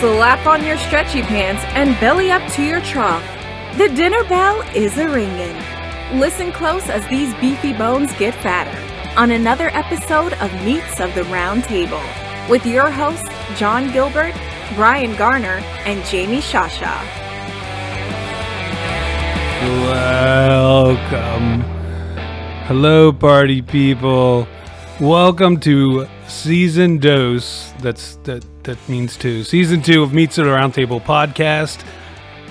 Slap on your stretchy pants and belly up to your trough. The dinner bell is a ringing. Listen close as these beefy bones get fatter on another episode of Meats of the Round Table with your hosts, John Gilbert, Brian Garner, and Jamie Shasha. Welcome. Hello, party people. Welcome to season dose. That's that that means two. Season two of Meets at the Roundtable podcast.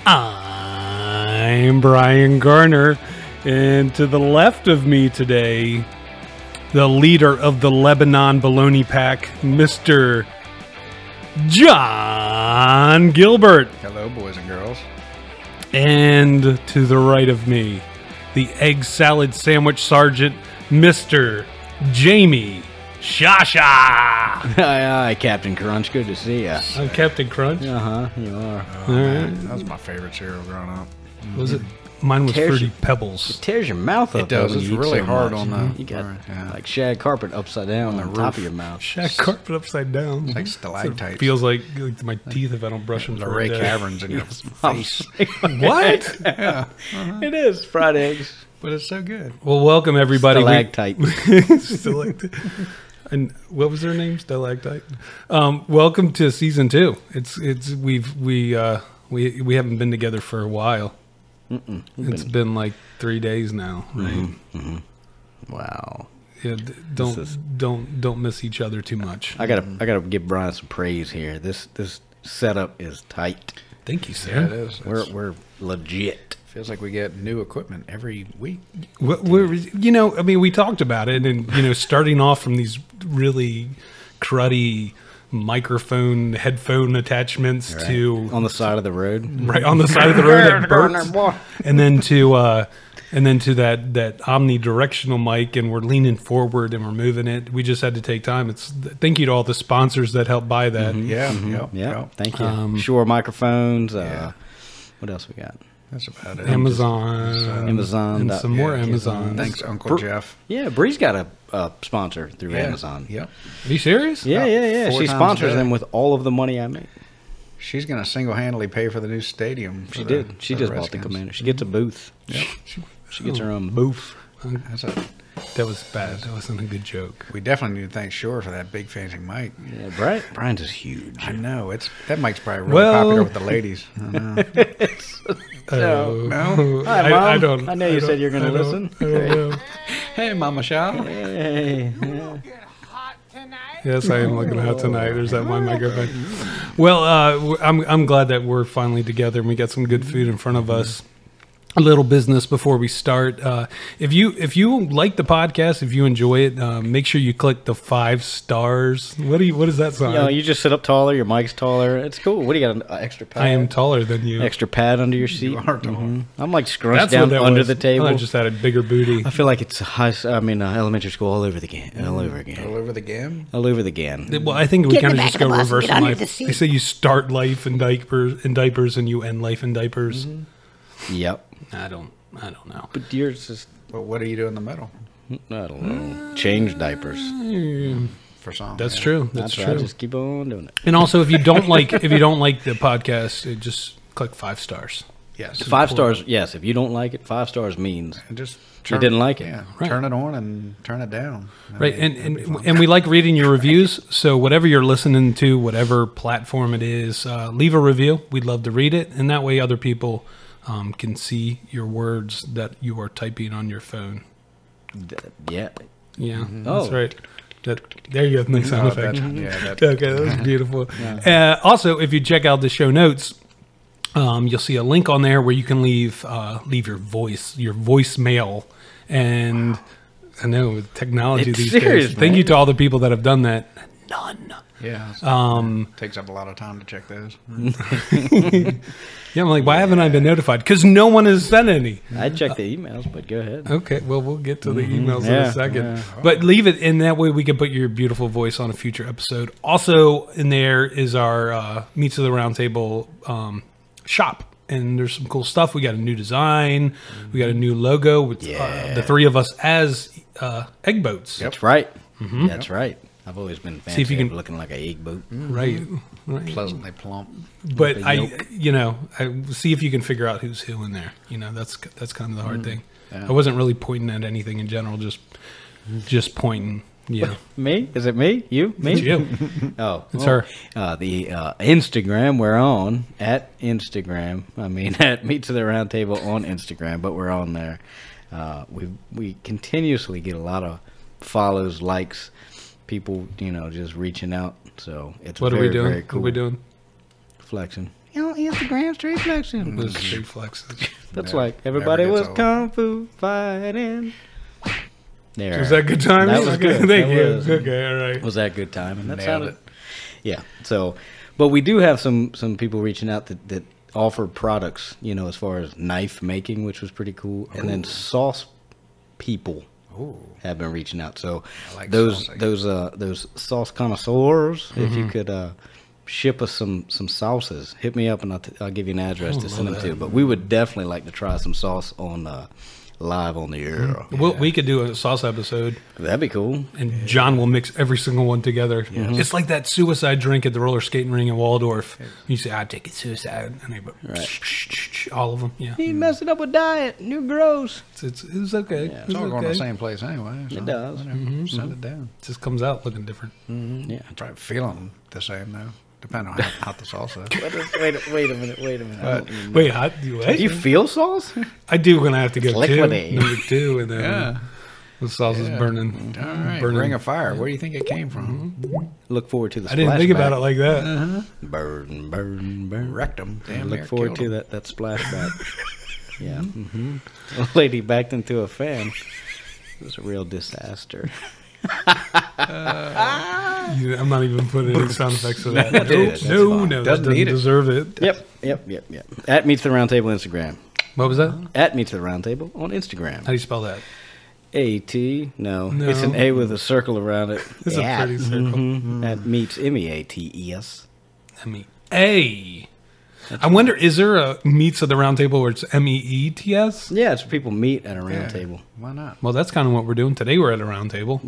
I'm Brian Garner, and to the left of me today, the leader of the Lebanon Baloney Pack, Mister John Gilbert. Hello, boys and girls. And to the right of me, the egg salad sandwich sergeant, Mr. Jamie Shasha. Aye, aye, Captain Crunch. Good to see ya. I'm Captain Crunch. Uh huh. You are. All right. That was my favorite cereal growing up. Was it? Mm-hmm. Mine was Tears Fruity you- Pebbles. Tears your mouth up. It does. though, when It's you eat really so hard much. on the- You got yeah. like shag carpet upside down on the top roof. of your mouth. That carpet upside down. Sort Like of stalactites. feels like, like my teeth if I don't brush them. the for a Ray day. Caverns in your face. What? Oh, It is fried eggs. But it's so good. well, welcome everybody. We- Stalactite. Stalactite. And what was their name? Stalactite. Um, welcome to season two. It's it's we've we uh, we we haven't been together for a while. It's been, like three days now, right? wow. Yeah, d- don't don't don't miss each other too much. I gotta, I gotta give Brian some praise here. This, this setup is tight. Thank you, sir. Yeah, it is. We're, It we're legit. feels like we get new equipment every week. What, what, you know, I mean, we talked about it, and you know, starting off from these really cruddy microphone headphone attachments to On the side of the road. right on the side of the road that burps, and then to uh, and then to that that omnidirectional mic, and we're leaning forward and we're moving it. We just had to take time. It's thank you to all the sponsors that helped buy that. Mm-hmm. Yeah. Yep, Mm-hmm. Yeah. yep. Um, Thank you. Sure microphones. Uh, what else we got? That's about it. Amazon, Amazon and dot- some more Yeah, yeah. Amazon. Thanks, Uncle Br- Jeff. Yeah, Bree's got a, a sponsor through Yeah, Amazon. Yep. Are you serious? Yeah, About yeah, yeah. four She times sponsors better. them with all of the money I make. She's going to single handedly pay for the new stadium. for She the- did. She for the just bought the Redskins. commander. She gets a booth. She gets her own booth. That's a, That was bad. That wasn't a good joke. we definitely need to thank Shore for that big fancy mic. Yeah, Brian. Brian's is huge. I know. it's That mic's probably really Well- popular with the ladies. I know. No, No? Hi, Mom. I know you said you were gonna I don't- uh, listen. I don't know. hey, Mama Shaw. Hey, Yes, I am looking out tonight. There's that one microphone. Well, uh, w- I'm I'm glad that we're finally together and we got some good food in front of us. A little business before we start. Uh, if you if you like the podcast, if you enjoy it, uh, make sure you click the five stars. What do you? What is that you sign? know, you just sit up taller. Your mic's taller. It's cool. What do you got? An uh, extra pad? I am taller than you. extra pad under your seat. are taller. Mhm. I'm like That's scrunched what down that under was. the table. I just had a bigger booty. I feel like it's high. s- I mean, uh, elementary school all over the again. All over again. All over the game. All over the again. Well, I think we Get in kind of the just back go of the bus and reverse get in under life. the seat. They say you start life in diapers, in diapers, and you end life in diapers. Mm-hmm. Yep. I don't, I don't know. But yours is. But what do you do in the middle I don't know. Change diapers. Mm. for song? That's yeah. true. That's That's true. right. I just keep on doing it. And also, if you don't like, if you don't like the podcast, uh, just click five stars. Yes. Five stars. Yes. If you don't like it, five stars means And just You didn't like it. Yeah, Right. turn it on and turn it down. That'd Right, be- and Oh, that'd and, be fun. and we like reading your reviews. So whatever you're listening to, whatever platform it is, uh, leave a review. We'd love to read it, and that way other people um, can see your words that you are typing on your phone. yeah. Yeah, Oh. that's right. That, there you have the sound Oh, effect. Mm-hmm. that- yeah, that- okay, that was beautiful. Uh, also, if you check out the show notes, um, you'll see a link on there where you can leave uh, leave your voice, your voicemail, and I know with technology It's these serious, days. Thank you man. to all the people that have done that. None. yeah, um, takes up a lot of time to check those. Yeah, I'm like, why haven't I been notified? Because no one has sent any. I check the emails, but go ahead. Okay, well, we'll get to the emails in Yeah, a second. But leave it in that way we can put your beautiful voice on a future episode. Also, in there is our uh, Meets of the Roundtable um, shop. And there's some cool stuff. We got a new design, we got a new logo with uh, the three of us as uh, egg boats. Yep. That's right. That's right. I've always been fancy Mm-hmm. See if you of can- Mm. looking like an egg boot. right? right. Pleasantly plump. But the I, yolk. you know, I see if you can figure out who's who in there. You know, that's that's kind of the hard thing. Yeah. I wasn't really pointing at anything in general, just just pointing. Yeah, Me? Is it me? You? Me? It's you. Oh, It's well, her. Uh, the uh, Instagram we're on at Instagram. I mean at Meets of the Round Table on Instagram, but we're on there. Uh, we we continuously get a lot of follows, likes, people you know just reaching out. So it's What very, are we doing? Very cool. What are we doing? Flexing. You know, Instagram street flexing. Those big flexes. That's Never- like everybody never was gets old. kung fu fighting. There. Was that good time? That was good. Thank That you. was- Okay, all right. was that good time and that Nailed sounded it. yeah so but we do have some some people reaching out that, that offer products you know as far as knife making which was pretty cool and then sauce people Ooh. have been reaching out so I Mm-hmm. like those saucing. those uh those sauce connoisseurs if you could uh ship us some some sauces hit me up and i'll, t- I'll give you an address to send them to but we would definitely like to try some sauce on uh live on the air Well, we could do a sauce episode, that'd be cool and John will mix every single one together. Mm-hmm. It's like that suicide drink at the roller skating ring in Waldorf. You say, "I take it suicide," and they go, all of them. Yeah, He messing up with diet new gross it's it's, it's okay. It's all going to the okay. same place anyway. so It does. whatever. Send it down. It just comes out looking different. yeah I'm probably feeling the same though, depending on how hot the salsa. is. What is- wait, a- wait a minute, wait a minute. I don't even know. Wait, hot? Do what? you feel sauce? I do when I have to go two, Liquidy. number two, and then yeah. the sauce is Yeah. burning. All right. burning. Ring of fire. Where do you think it came from? Look forward to the. I didn't think about it like that. burn, burn, burn. Wrecked 'em. Damn Look near forward killed to 'em. that that splashback. yeah. Mm-hmm. A lady backed into a fan. It was a real disaster. You- I'm not even putting any sound effects to that. no, That's no, fine. no, Doesn't that doesn't need it. deserve it. Yep, yep, yep, yep. At meets the roundtable Instagram. What was that? At meets the roundtable on How do Instagram. you spell that? A T no, No. it's an A with a circle around it. It's a At. pretty circle. Mhm. At meets M E A T E S. I mean, A. I wonder, is there a meets at the round table where it's M E E T S? Yeah, it's people meet at a round Yeah. table. Why not? Well, that's kind of what we're doing today. We're at a round table.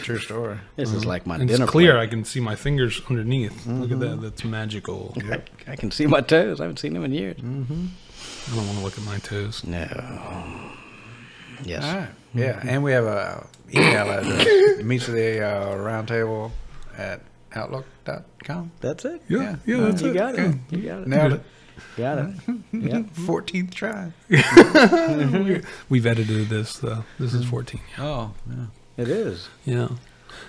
True story. This is like my Mm-hmm. And it's dinner. clear. plate. I can see my fingers underneath. Look at that. That's magical. I I, I can see my toes. I haven't seen them in years. Mm-hmm. don't want to look at my toes. No. Yes. All right. Yeah, and we have a email address. meets the uh, roundtable at outlook.com. That's it. Yeah, yeah, Yeah. that's Uh, You it. Mm-hmm. got it. You got it. Nailed it. Got it. Yeah. 14th try. We've edited this, though. This is 14. Oh, yeah. It is. Yeah.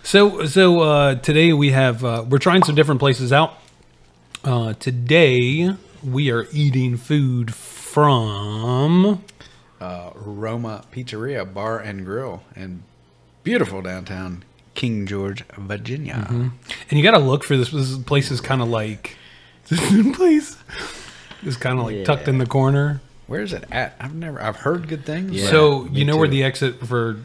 So so uh, today we have uh, we're trying some different places out. Uh, today we are eating food from uh, Roma Pizzeria Bar and Grill in beautiful downtown King George, Virginia. and you got to look for this. This place is kind of like this place is kind of like tucked in the corner. Where is it at? I've never. I've heard good things. Yeah. so me you know where too. the exit for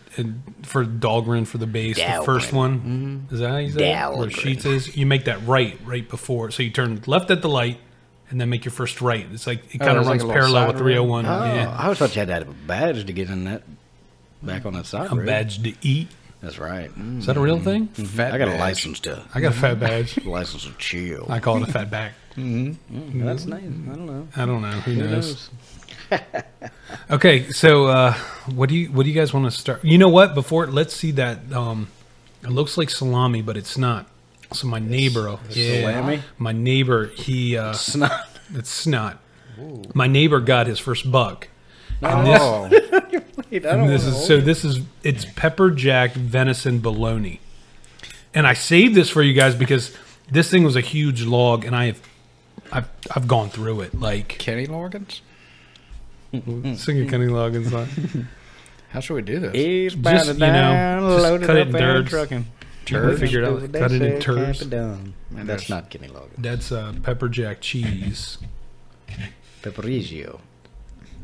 for Dahlgren for the base, the first Dahlgren. Mm-hmm. one is that how you say it? where Dahlgren. Sheets is. You make that right right before, so you turn left at the light. And then make your first right. It's like it Oh, kind of runs it's like a little parallel with side road. 301. Oh, yeah. I always thought you had to have a badge to get in that. Back on that side. a road. badge to eat. That's right. Mm. Is that a real thing? Fat I got a Badge. license to. I got a Mm-hmm. fat badge. License to chill. I call it a fat back. That's nice. I don't know. I don't know. Who Who knows? knows? Okay, so uh, what do you what do you guys want to start? You know what? Before let's see that. Um, it looks like salami, but it's not. So my neighbor, yeah, salami? my neighbor, he uh, It's not. it's not. My neighbor got his first buck. Oh, Wait, I don't And this wanna is hold so. it. This is it's pepper jack venison bologna, and I saved this for you guys because this thing was a huge log, and I have, I've, I've gone through it like Kenny Loggins. Hmm. singing Kenny Loggins song. How should we do this? He's Just, bounded you know, down, just loaded cut it up in and dirt. trucking. People figure it Do out. what Like, they cut it say, in cap turds. it down. And That's there's- not Kenny Loggins. That's uh, pepper jack cheese. Paparizio.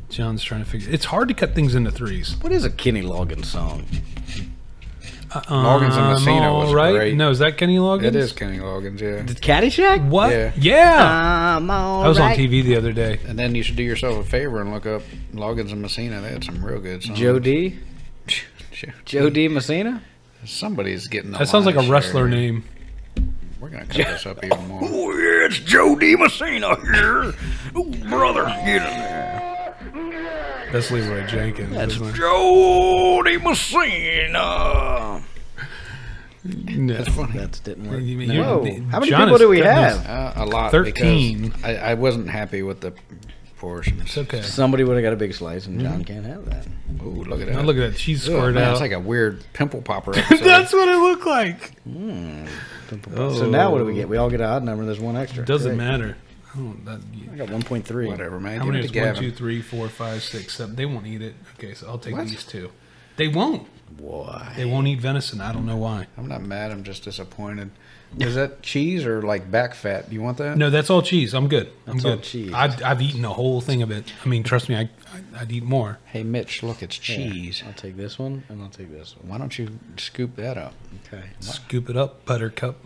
John's trying to figure. It's hard to cut things into threes. What is a Kenny Loggins song? Loggins and Messina all was Uh, right. great. No, is that Kenny Loggins? It is Kenny Loggins, yeah. Did Caddyshack? What? Yeah. Yeah. Uh, I'm all I was on right. TV the other day. And then you should do yourself a favor and look up Loggins and Messina. They had some real good songs. Joe D. Joe- Joe D. Messina. Somebody's getting the That sounds like a lion's wrestler share. name. We're gonna cut this up even more. Oh, yeah, it's Joe DiMassino here. Oh, brother, get in there. That's Leroy Jenkins. isn't it? Joe DiMassino. No. That didn't work. You mean No. you're- Whoa, how many John people has do we gotten have? his- Uh, a lot. 13. Because I, I wasn't happy with the portions. It's okay. Somebody would have got a big slice, and Mm-hmm. John can't have that. Ooh, look at that. Now look at that. She's Ugh, squared man, out. It's like a weird pimple popper. episode. That's what it looked like. So now what do we get? We all get an odd number. There's one extra. Oh. Doesn't Great. matter. I don't, that, you- I got 1.3. whatever, man. how Give many it is to one, Gavin. two, three, four, five, six, seven? They won't eat it. Okay, so I'll take What? these two. They won't. Why? They won't eat venison. I don't know why. I'm not mad. I'm just disappointed. Is that cheese or like back fat? Do you want that? No, that's all cheese. I'm good. I'm That's all good. cheese. I've, I've eaten the whole thing of it. I mean, trust me, I, I, I'd eat more. Hey, Mitch, look, it's Yeah, cheese. I'll take this one, and I'll take this one. Why don't you scoop that up? Okay. Scoop it up, buttercup.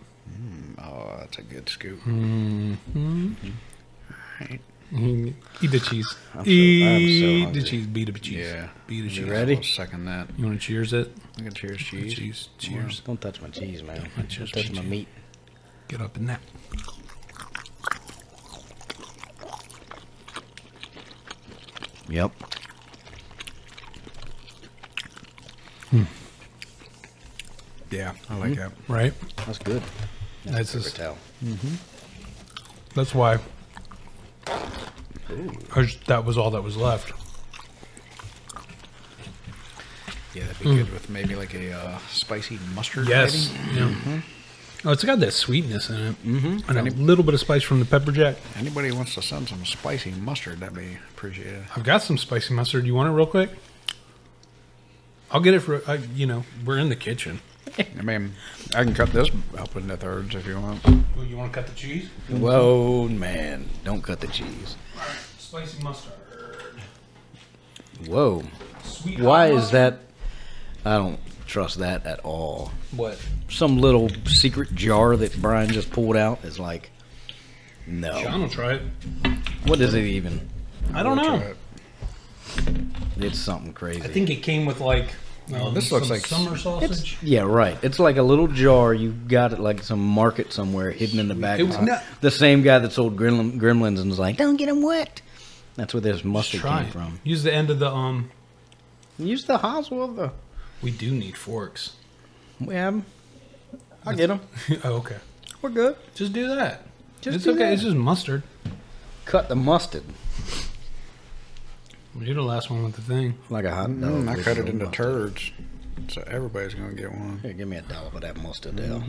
Oh, that's a good scoop. Mm-hmm. Mm, Eat the cheese. I'm so- I'm so eat the hungry. cheese. Beat the cheese. Yeah. Beat the cheese. ready? I'll second that. You want to cheers it? Look at cheers, cheese. Cheese. Cheers. Don't touch my cheese, man. my Don't cheese, touch my cheese. meat. Get up in that. Yep. Yeah, I like that. Mm-hmm. Right? That's good. That's just, Patel. that's why. I just- that was all that was left. Yeah, that'd be good with maybe like a uh, spicy mustard. Yes. maybe? Yeah. Mm-hmm. Oh, it's got that sweetness in it, mm-hmm. and a little bit of spice from the pepper jack. Anybody wants to send some spicy mustard, that'd be appreciated. I've got some spicy mustard. You want it real quick? I'll get it for I, you know. We're in the kitchen. I mean, I can cut this up into thirds if you want. Ooh, you want to cut the cheese? Whoa, man. Don't cut the cheese. Spicy mustard. Whoa. Sweet. Why is that? I don't trust that at all. What? Some little secret jar that Brian just pulled out is like, John no. will try it. What is it even? I don't Try know. it. It's something crazy. I think it came with like. um, this looks some like- summer sausage. Yeah, right. It's like a little jar. You got it like some market somewhere hidden in the back. It was It's not- the same guy that sold gremlin, gremlins and was like, "Don't get them wet." That's where this Let's mustard try came it. from. Use the end of the um. Use the hosel of the. We do need forks. We have 'em. I'll get them. oh, okay. We're good. Just do that. Just it's do okay. that. It's just mustard. Cut the mustard You're the last one with the thing. like a hot dog. Mm, I with cut it some into mustard. turds, so everybody's gonna get one. Here, give me a dollar for that mustard, Dale.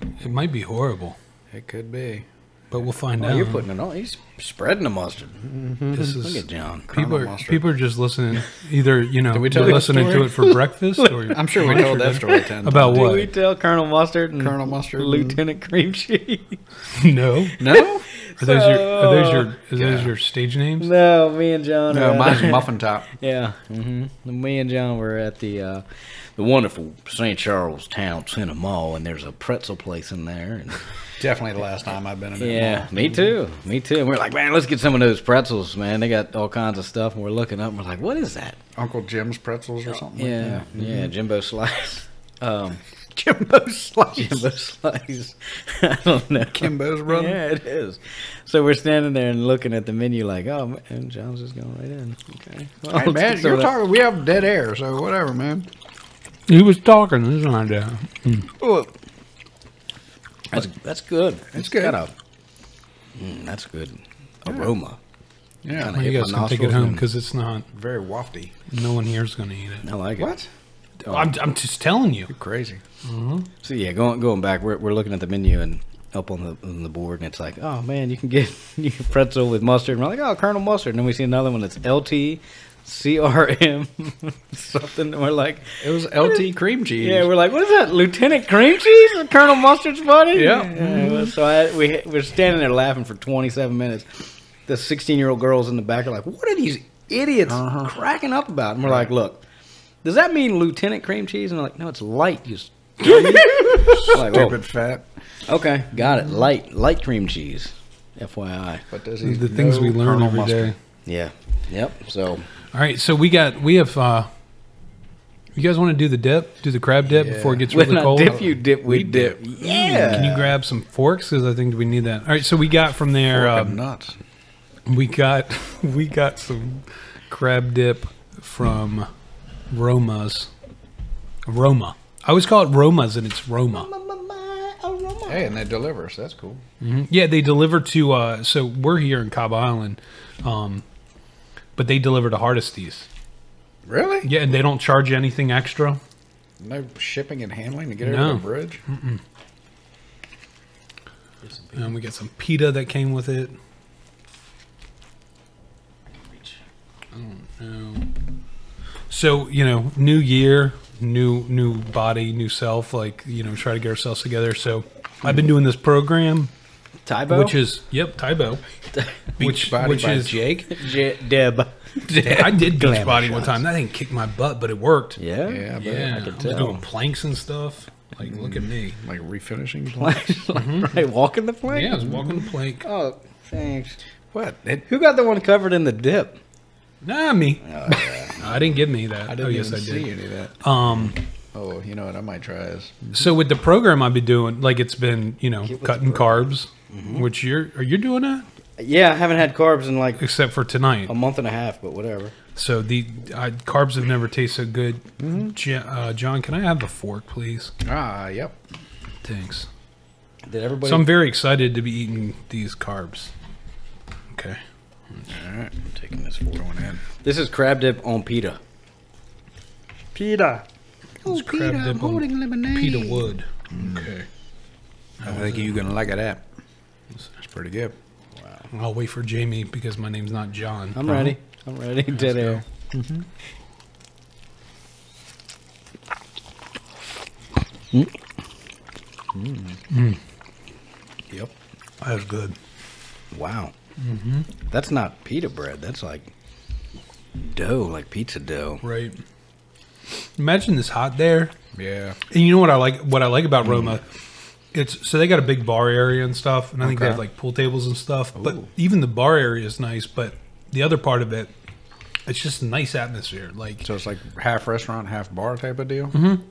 It might be horrible, It could be. but we'll find Oh, out. you're putting it on. He's spreading the mustard. this Look at is John. people are mustard. people are just listening. Either you know we we tell are you the listening to story? it for breakfast, or I'm sure we told that story ten about times. Do we what? tell Colonel Mustard and Colonel Mustard and- Lieutenant Cream Cheese? no, No, are those your are those your is Yeah. those your stage names? No, me and John. no, are- mine's muffin top. Yeah. hmm Me and John were at the uh, the wonderful St. Charles Town Center Mall, and there's a pretzel place in there. And Definitely the last time I've been in it. yeah, me too. Me too. And we're like, man, let's get some of those pretzels, man. They got all kinds of stuff, and we're looking up, and we're like, what is that? Uncle Jim's pretzels or something. Yeah, yeah, Jimbo Slice. Um, Jimbo Slice. Jimbo Slice. I don't know. Kimbo's brother. Yeah, it is. So we're standing there and looking at the menu, like, oh, man, and John's just going right in. Okay. Well, Hey, let's man, get some you're of that. talking. We have dead air, so whatever, man. He was talking. This is not that. Well, That's, that's good. It's good. got a- mm, that's good aroma. yeah, Kinda You hit guys my can take it nostrils home and- because it's not. very wafty. Oh. No one here is going to eat it. I like it. What? I'm, I'm just telling you. Crazy. So yeah, going going back, we're we're looking at the menu and up on the on the board, and it's like, oh man, you can get you can pretzel with mustard. And we're like, oh, Colonel Mustard. And then we see another one that's LT. CRM something and we're like It was LT cream cheese. yeah we're like what is that Lieutenant Cream Cheese and Colonel Mustard's buddy Yeah. well, so I, we we're standing there laughing for 27 minutes the 16 year old girls in the back are like what are these idiots Uh-huh. cracking up about and we're like look does that mean Lieutenant Cream Cheese and they're like no it's light you stupid like, "Whoa." Oh. stupid fat. Okay, got it. Light, light cream cheese. FYI. But does he The things know we learn Colonel every day. Mustard? Yeah. Yep. So All right, so we got we have uh You guys want to do the dip? Do the crab dip before it Yeah. gets when really I cold? dip, you dip, we, dip. Yeah. Can you grab some forks? Because I think we need that. All right, so we got from there. Fork Um, and nuts. we got we got some crab dip from Roma's. Roma. I always call it Roma's, and it's Roma. Hey, and they deliver, so that's cool. Yeah, they deliver to. Uh, so we're here in Cobb Island, um, but they deliver to Hardesty's. Really? Yeah, and they don't charge you anything extra. No shipping and handling to get No. Mm-hmm. over the bridge? And we got some pita that came with it. I don't know. So you know, new year, new new body, new self. Like you know, try to get ourselves together. So I've been doing this program, Tybo? which is yep, Tybo, which Body which by is Jake? J- Deb. I did beach Glamour body one shots. time. That thing kicked my butt, but it worked. Yeah. Yeah, but Yeah, I, could was tell. doing planks and stuff. Like, look at me. like refinishing plan. Mm-hmm. right, walking the plank. Yeah, I was walking the plank. Oh, thanks. What? It, Who got the one covered in the dip? Nah, me. I didn't give me that. Oh, I didn't oh, yes, even I see did. any of that. Um, Oh, you know what? I might try this. so with the program I've been doing, like it's been, you know, cutting carbs, Mm-hmm. which you're are you doing that Yeah, I haven't had carbs in like except for tonight. Um, a month and a half, but whatever. So the I, carbs have never tasted so good. Mm-hmm. Ja- uh, John, can I have the fork, please? Ah, yep. Thanks. Did everybody? So I'm very excited to be eating these carbs. Okay. All right. taking this forward. Going in. This is crab dip on pita. Pita. Oh, crab Peter, I'm dip on holding lemonade. Pita Wood. Okay. I think you're going to like it that. It's pretty good. I'll wait for Jamie because my name's not John. I'm ready. I'm ready. Dead air. Yep. That was good. Wow. Mm-hmm. That's not pita bread. That's like dough, like pizza dough. Right. Imagine this hot there. Yeah. And you know what I like what I like Mm-hmm. about Roma? It's so they got a big bar area and stuff, and I think they Okay. have like pool tables and stuff. But even the bar area is nice, but the other part of it, it's just a nice atmosphere. Like So it's like half restaurant, half bar type of deal.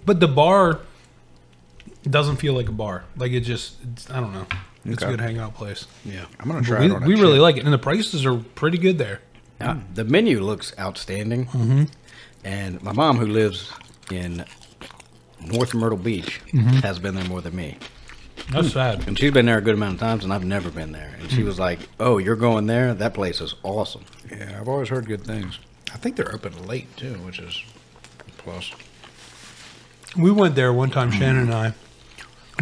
but the bar doesn't feel like a bar. Like it just it's, I don't know. It's a Okay. good hangout place. Yeah. I'm going to try We, it on a we really chip. like it. And the prices are pretty good there. Uh, the menu looks outstanding. Mm-hmm. And my mom, who lives in North Myrtle Beach, has been there more than me. That's Hmm. sad. And she's been there a good amount of times, and I've never been there. And she was like, "Oh, you're going there? That place is awesome." Yeah, I've always heard good things. I think they're open late too, which is a plus. We went there one time, Shannon and I,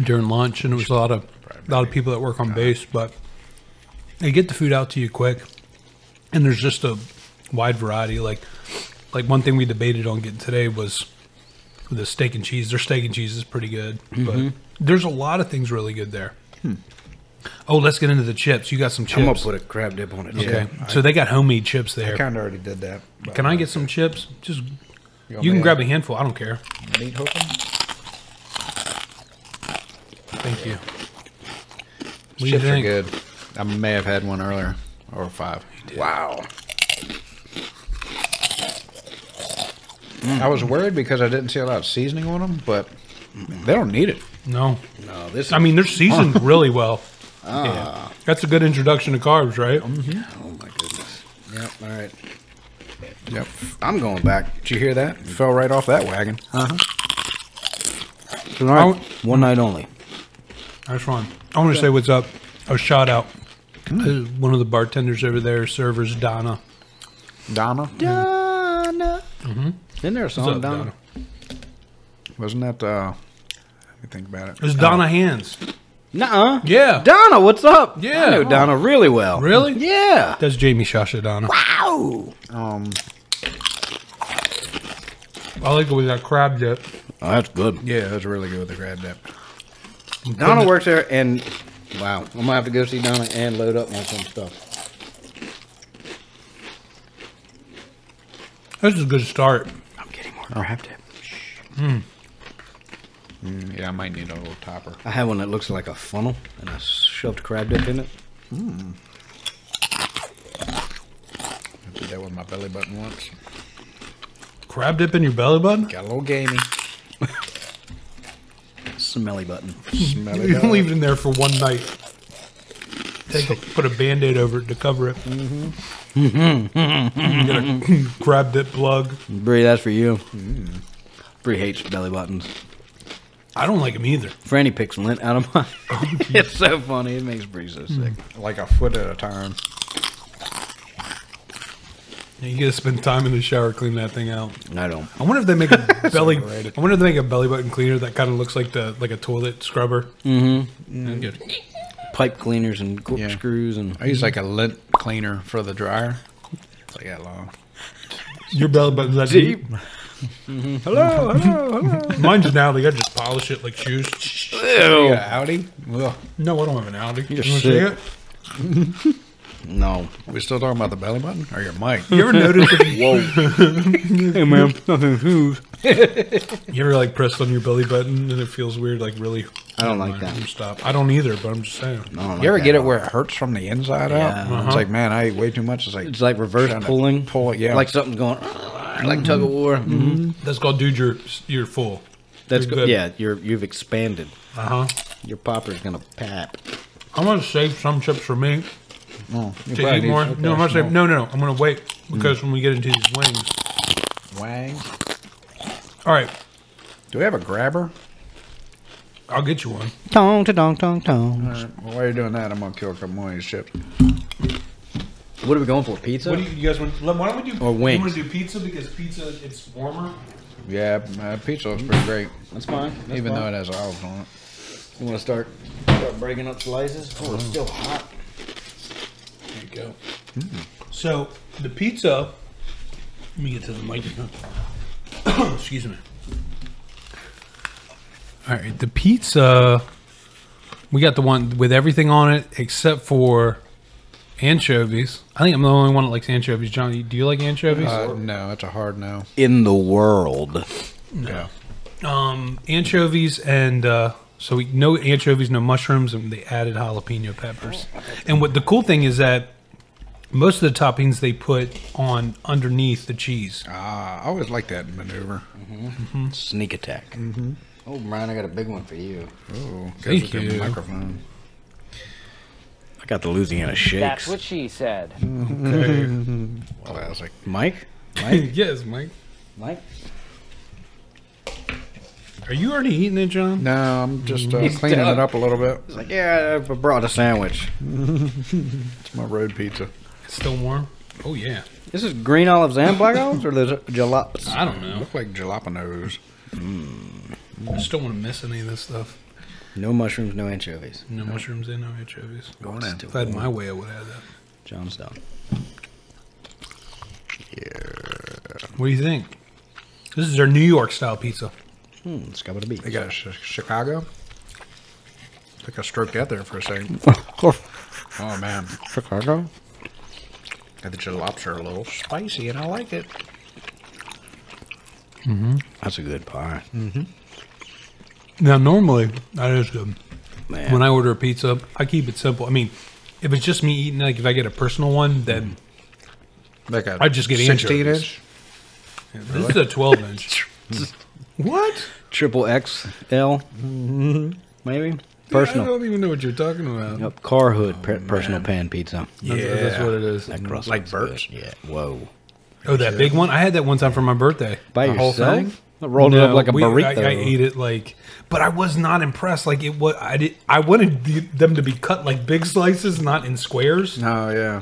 during lunch, and it was a lot of a lot of people that work on base, but they get the food out to you quick, and there's just a wide variety. Like, like one thing we debated on getting today was the steak and cheese. Their steak and cheese is pretty good, but there's a lot of things really good there. Oh, let's get into the chips. You got some I'm gonna chips. put a crab dip on it. too. okay, so they got homemade chips there. I kind of already did that. but- uh, Can I get some chips? Just you, want can me to grab a handful. I don't care. meat hooking? Thank you. What do you Chips are think? good. I may have had one earlier or five. Wow. I was worried because I didn't see a lot of seasoning on them, but they don't need it. No. No, this. I mean, they're seasoned really well. Ah. Yeah. That's a good introduction to carbs, right? Mm-hmm. oh my goodness. Yep. All right. Yep. I'm going back. Did you hear that? Fell right off that wagon. Tonight, one night only. That's fine. I want to say what's up. A shout out. to Mm. One of the bartenders over there, servers Donna. Donna. Donna. Isn't there a song, up, Donna? Donna? Wasn't that, uh, let me think about it. It's Donna Hands. Nuh-uh. Yeah. Donna, what's up? Yeah. I know Donna really well. Really? Yeah. Oh, That's Jamie Shasha Donna. Ow. Um, I like it with that crab dip. Oh, that's good. yeah, it was really good with the crab dip. Donna works there, and wow, I'm gonna have to go see Donna and load up on some stuff. This is a good start. I'm getting more crab dip. Mm, yeah, I might need a little topper. I have one that looks like a funnel, and I shoved crab dip in it. I did that with my belly button once. Crab dip in your belly button? Got a little gamey. Smelly button. Smell You it. can up. leave it in there for one night. Take a, put a band-aid over it to cover it. Mm-hmm. you get a crab dip plug. Bree, that's for you. Bree hates belly buttons. I don't like them either. Franny picks lint out of mine. Oh, it's so funny. It makes Bree so sick. Like a foot at a time. You gotta spend time in the shower cleaning that thing out. Mm-hmm. I don't. I wonder if they make a belly. overrated. I wonder if they make a belly button cleaner that kind of looks like the like a toilet scrubber. Mm-hmm. Mm. Pipe cleaners and corkscrews and I use like a lint cleaner for the dryer. It's like that long. Your belly button's that deep. Mm-hmm. Hello, hello, hello. Mine's now they gotta just polish it like shoes. You got Audi? Ugh. No, I don't have an Audi. You're wanna sick. no. We still talking about the belly button or your mic? You ever notice? If you, Hey man, nothing who's. you ever like pressed on your belly button and it feels weird? Like really? I don't like Never mind, that. I'm Stop. I don't either. But I'm just saying. You ever get it where it hurts from the inside out? Yeah. Uh-huh. It's like, man, I ate way too much. It's like, It's like reverse trying to pulling. Pull it, yeah. Mm. Like something's going. Like tug of war. Mm-hmm. That's called dude. You're you're full. That's You're good. good. Yeah, you're you've expanded. Uh huh. Your popper's gonna pap. I'm gonna save some chips for me Mm, you to probably eat need more. something No, I'm gonna save. small. No, no, no. I'm gonna wait Mm. because when we get into these wings. Wang. All right, Do we have a grabber? I'll get you one. Tong to dong tong tong. All right. Well, while you're doing that, I'm gonna kill a couple more of these chips. What are we going for? Pizza? What do you, you guys want? Why don't we do? Or wings. You want to do pizza because pizza it's warmer. Yeah, my pizza looks pretty great, That's fine. That's even though fine. it has olives on it. you want to start, start breaking up slices. Oh, it's still hot. There you go. Mm. So the pizza. Let me get to the mic. now. Excuse me. All right, the pizza. We got the one with everything on it except for anchovies. I think I'm the only one that likes anchovies. John, do you like anchovies? Uh, no, it's a hard no. In the world. Yeah. um, anchovies and uh, so we no anchovies, no mushrooms, and they added jalapeno peppers. And what the cool thing is that most of the toppings they put on underneath the cheese. Ah, I always like that maneuver. Sneak attack. Mm-hmm. Oh, Brian, I got a big one for you. Oh, goes Thank with the you. Microphone. I got the Louisiana That's shakes. what she said. Okay. Classic. Mike? Mike? yes, Mike. Mike? Are you already eating it, John? No, I'm just uh, He's cleaning done. it up a little bit. He's like, yeah, I brought a sandwich. It's my road pizza. It's still warm. Oh yeah. This is green olives and black olives, or those are jalops? I don't know. Look like jalapenos. I just don't want to miss any of this stuff. No mushrooms, no anchovies. No mushrooms and no anchovies. Going in. If I had my way, I would have that. Johnstone. What do you think? This is our New York style pizza. Hmm, it's got to be. They got a Chi- Chicago. I think I stroked out there for a second. Oh man, Chicago? the jalaps are a little spicy, and I like it. That's a good pie. Now, normally that is good. Man. When I order a pizza, I keep it simple. I mean, if it's just me eating, like if I get a personal one, then Like a I just get sixteen anchovies. inch. this is a 12 inch. Mm. what? Triple XL? Maybe? I Personal. don't even know what you're talking about. Yep, car hood per- personal pan pizza. That's, that's Yeah. what it is. That crust Like looks Burt's? good. Yeah. Whoa. Oh, that big one? I had that one time for my birthday. By The whole yourself? thing? I rolled it up No, like a we- burrito. I, I ate it like, but I was not impressed. Like it was, I did. I wanted the, them to be cut like big slices, not in squares. Oh yeah,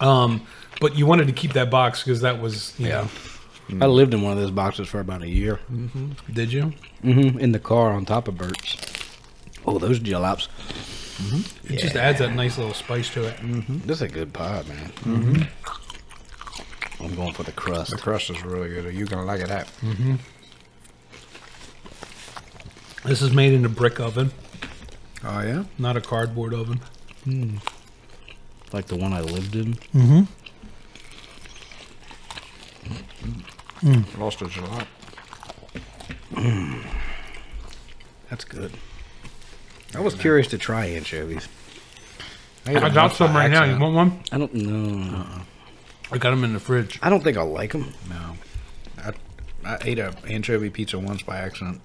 Um, but you wanted to keep that box because that was, you know, I lived in one of those boxes for about a year. did you? hmm In the car on top of Burt's. Oh, those jalaps. It just adds that nice little spice to it. This is a good pie, man. I'm going for the crust. the crust is really good. You gonna like it that? Mm. This is made in a brick oven, Oh yeah. not a cardboard oven. Like the one I lived in. Lost a jalap. That's good. I was curious to try anchovies. ate I them got off some by right now. You accident. want one? I don't know. I got them in the fridge. I don't think I'll like them. No. I, I ate a anchovy pizza once by accident.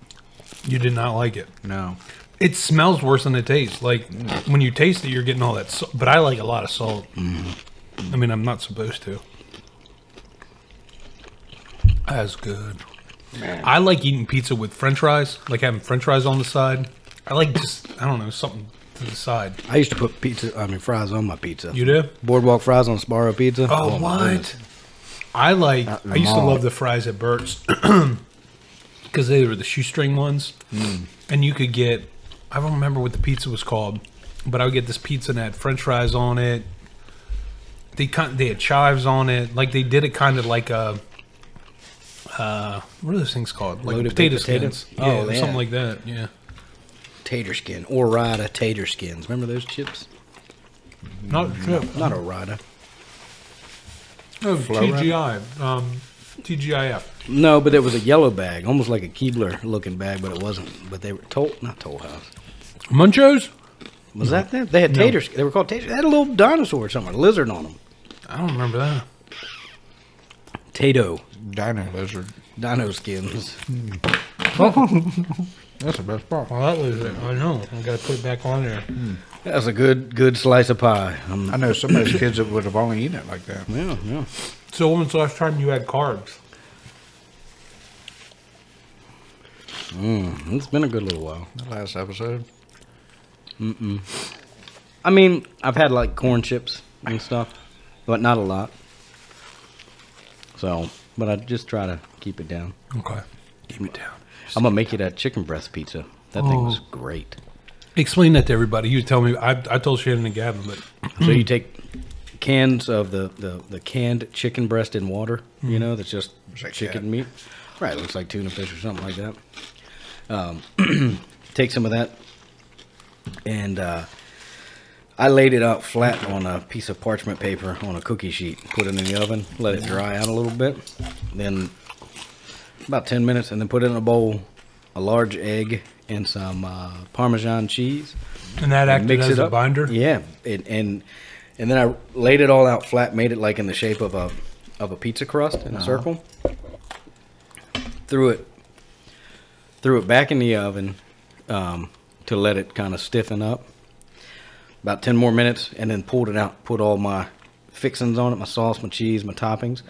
You did not like it. No, It smells worse than it tastes. Like when you taste it, you're getting all that. Salt, but I like a lot of salt. I mean, I'm not supposed to. That's good. I like eating pizza with French fries. Like having French fries on the side. I like just I don't know something to the side. I used to put pizza, I mean fries on my pizza. You do? Boardwalk fries on Sparrow pizza. Oh, my what? goodness. I like. Not I used to Lamar. love the fries at Burt's because they were the shoestring ones, Hmm. and you could get. I don't remember what the pizza was called, but I would get this pizza and it had French fries on it. They kind they had chives on it, like they did it kind of like a. Uh, what are those things called? Like Loaded potato baked potato? skins, Oh, yeah, or yeah. something like that. Yeah, Tater skin. Orida tater skins. Remember those chips? not true. Hmm. Not Orida. No, Flo-Rida? TGI, um, TGIF. No, but it was a yellow bag, almost like a Keebler looking bag, but it wasn't. But they were toll, not Toll House. Munchos? Was that that? They had tater. sk They were called tater. They had a little dinosaur or something, a lizard on them. I don't remember that. Tato, diner lizard. dino skins. That's the best part. Well, that was it. I know. I got to put it back on there. That was a good, good slice of pie. Um, I know some of those kids that would have only eaten it like that. yeah, yeah. So when was the last time you had carbs? It's been a good little while. The last episode. I mean, I've had like corn chips and stuff, but not a lot. So, but I just try to keep it down. Okay. Keep it down. I'm gonna make you that chicken breast pizza. That thing was great. Explain that to everybody. You tell me. I, I told Shannon and Gavin, but So you take cans of the, the, the canned chicken breast in water, you know, that's just like chicken that. meat. Right, looks like tuna fish or something like that. Um, take some of that, and uh, I laid it out flat on a piece of parchment paper on a cookie sheet. Put it in the oven, let it dry out a little bit, then about 10 minutes, and then put it in a bowl, a large egg, and some uh, Parmesan cheese and that acted mix as it a up. binder. Yeah, it, and and then I laid it all out flat, made it like in the shape of a of a pizza crust Uh-huh. in a circle. Threw it threw it back in the oven um, to let it kind of stiffen up. About ten more minutes, and then pulled it out. Put all my fixings on it: my sauce, my cheese, my toppings.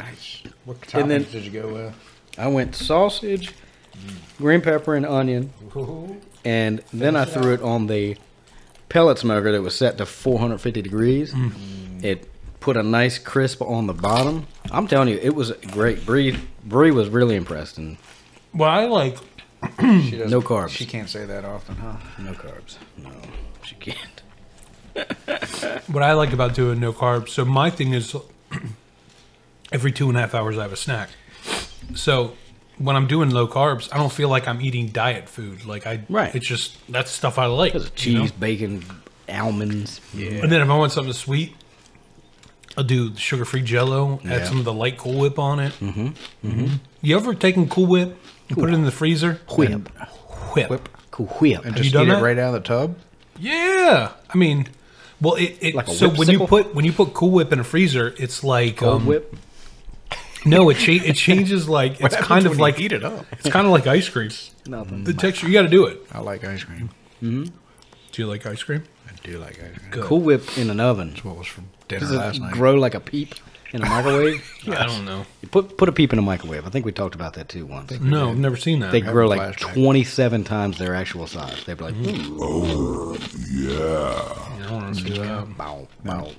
What toppings And then- did you go with? I went sausage, Mm. green pepper, and onion. and then I threw it on the pellet smoker that was set to 450 degrees. Mm. It put a nice crisp on the bottom. I'm telling you, it was great. Bree Bree was really impressed and Well, I like. She doesn't- No carbs. She can't say that often, huh? no carbs. No, she can't. What I like about doing no carbs. So my thing is, every two and a half hours I have a snack. So when I'm doing low carbs, I don't feel like I'm eating diet food. Like I, Right. It's just that's stuff I like. Because of you know? cheese, bacon, almonds. Yeah. And then if I want something sweet, I'll do sugar free jello, add Yeah. some of the light Cool Whip on it. Mm-hmm. You ever taken Cool Whip and put it in the freezer? Whip. Whip. Cool whip. And you just done eat that? it right out of the tub? Yeah. I mean, well, it, it Like a so when you whipsicle? put when you put Cool Whip in a freezer, it's like Cold um, whip. No, it cha- it changes like it's kind of like it up. it's kind of like ice cream. Nothing. The texture you got to do it. I like ice cream. Do you like ice cream? I do like ice cream. Good. Cool whip in an oven. What was for dinner Does last it night? grow like a peep in a microwave? I don't know. You Put put a peep in a microwave. I think we talked about that too once. No, I've never seen that. They having grow a like flashback. 27 times their actual size. They're like, "Hmm, "Ooh, I don't wanna see that. bow, bow."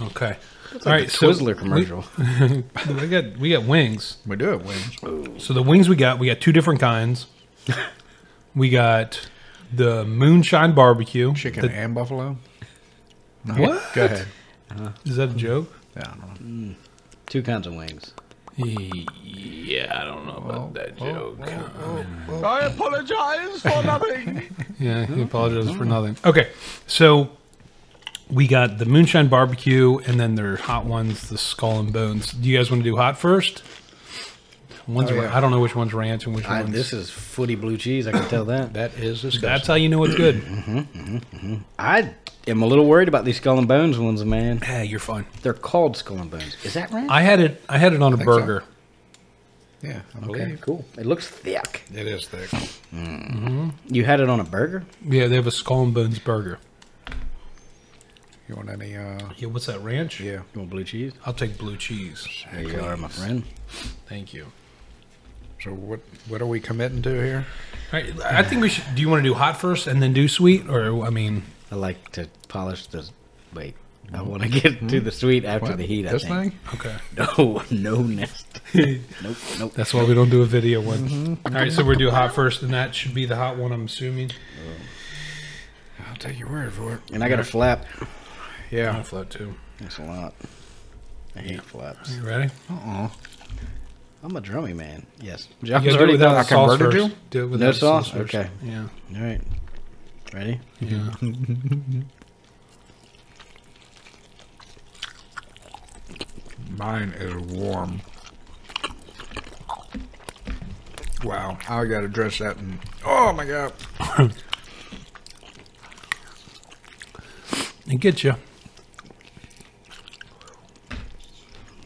Okay. It's All like right. a so Twizzler commercial. we, we got we got wings. We do it wings. So the wings we got, we got two different kinds. we got the moonshine barbecue. Chicken The- and buffalo. No, What? Go ahead. is that a joke? Yeah, I don't know. Two kinds of wings. Yeah, I don't know about that joke. oh. I apologize for nothing. Yeah, he apologizes for nothing. Okay, so we got the moonshine barbecue, and then their hot ones, the skull and bones. Do you guys want to do hot first? One's Oh, ra- yeah. I don't know which one's ranch and which I, one's. this is footy blue cheese. I can tell that. That is that's disgusting. how you know it's good. I am a little worried about these skull and bones ones, man. hey, you're fine. They're called skull and bones. Is that right? I had it. I had it on a so. burger. Yeah, I Okay, believe cool. It looks thick. it is thick. You had it on a burger? Yeah, they have a skull and bones burger. You want any? uh Yeah, what's that ranch? Yeah, You want blue cheese? I'll take blue cheese. There you are, my friend. Thank you. So what what are we committing to here? All right, I think we should. Do you want to do hot first and then do sweet, or I mean, I like to polish the. Wait, I want to get to the sweet after What, the heat. this I think. thing? okay. No, no nest. nope, nope. That's why we don't do a video one. Mm-hmm. All right, so we're do hot first, and that should be the hot one. I'm assuming. I'll take your word for it. And I got a flap. I Yeah, float too. That's a lot. I hate flaps. You ready? Uh-uh. I'm a drummy man. Yes. You John's gotta do it already without done. the I sauce converted you. first. Do it without No the sauce? first. Okay. Mm-hmm. Yeah. All right. Ready? Yeah. mine is warm. Wow, I gotta dress that in. Oh my god, And get you.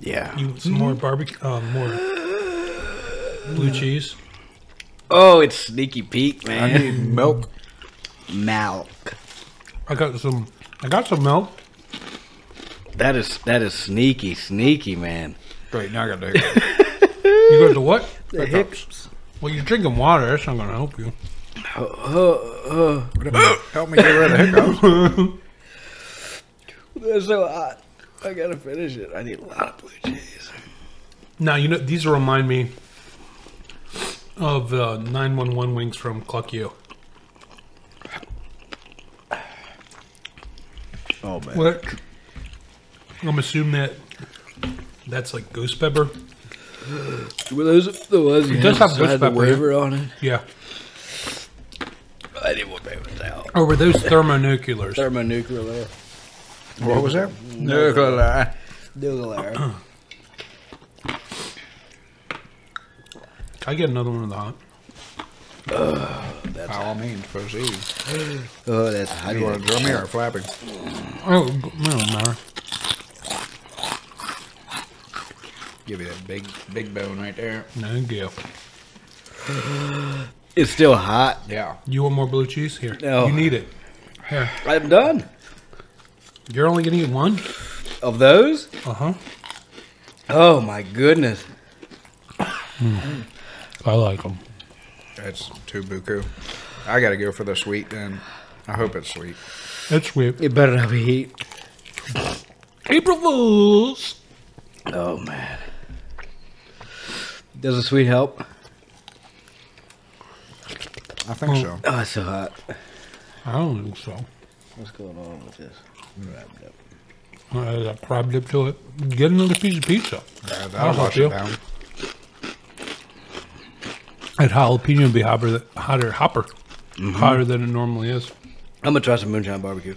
Yeah. You want some Mm-hmm. more barbecue? Uh, more blue cheese. Oh, it's sneaky peek, I man. need milk. Malk. I got some. I got some milk. That is that is sneaky, sneaky, man. Wait, now I gotta do it. You got the what? The hips. Well, you're drinking water. That's not gonna help you. Uh, Help me get rid of hiccups. They're so hot. I gotta finish it. I need a lot of blue cheese. Now you know these remind me of uh, 911 wings from Cluck You. Oh man. What? I'm assuming that that's like goose pepper. Were those the ones you does had have goose inside the pepper, waiver on it? Yeah. I didn't want paper towel. Or Oh, were those thermonuclears? Thermonuclear. what was that? Nuclear. Nuclear. Can I get another one of the hot? By all means, proceed. oh, that's hot. E. You want a drummy or a flapping? Oh, g- it don't matter. Give you that big, big bone right there. No, go. It's still hot. Yeah. You want more blue cheese? Here. No. You need it. Here. I'm done. You're only going to eat one? Of those? Uh huh. Oh my goodness. I like them. That's too buku. I gotta go for the sweet then. I hope it's sweet. It's sweet. It better not be heat. April Fools! Oh man. Does the sweet help? I think so. Oh, it's so hot. I don't think so. What's going on with this? Uh, that crab dip to it. Get another piece of pizza. Yeah, I'll that'll help wash it you. down. That jalapeno would be hotter, th- hotter, hopper. Hotter than it normally is. I'm gonna try some moonshine barbecue.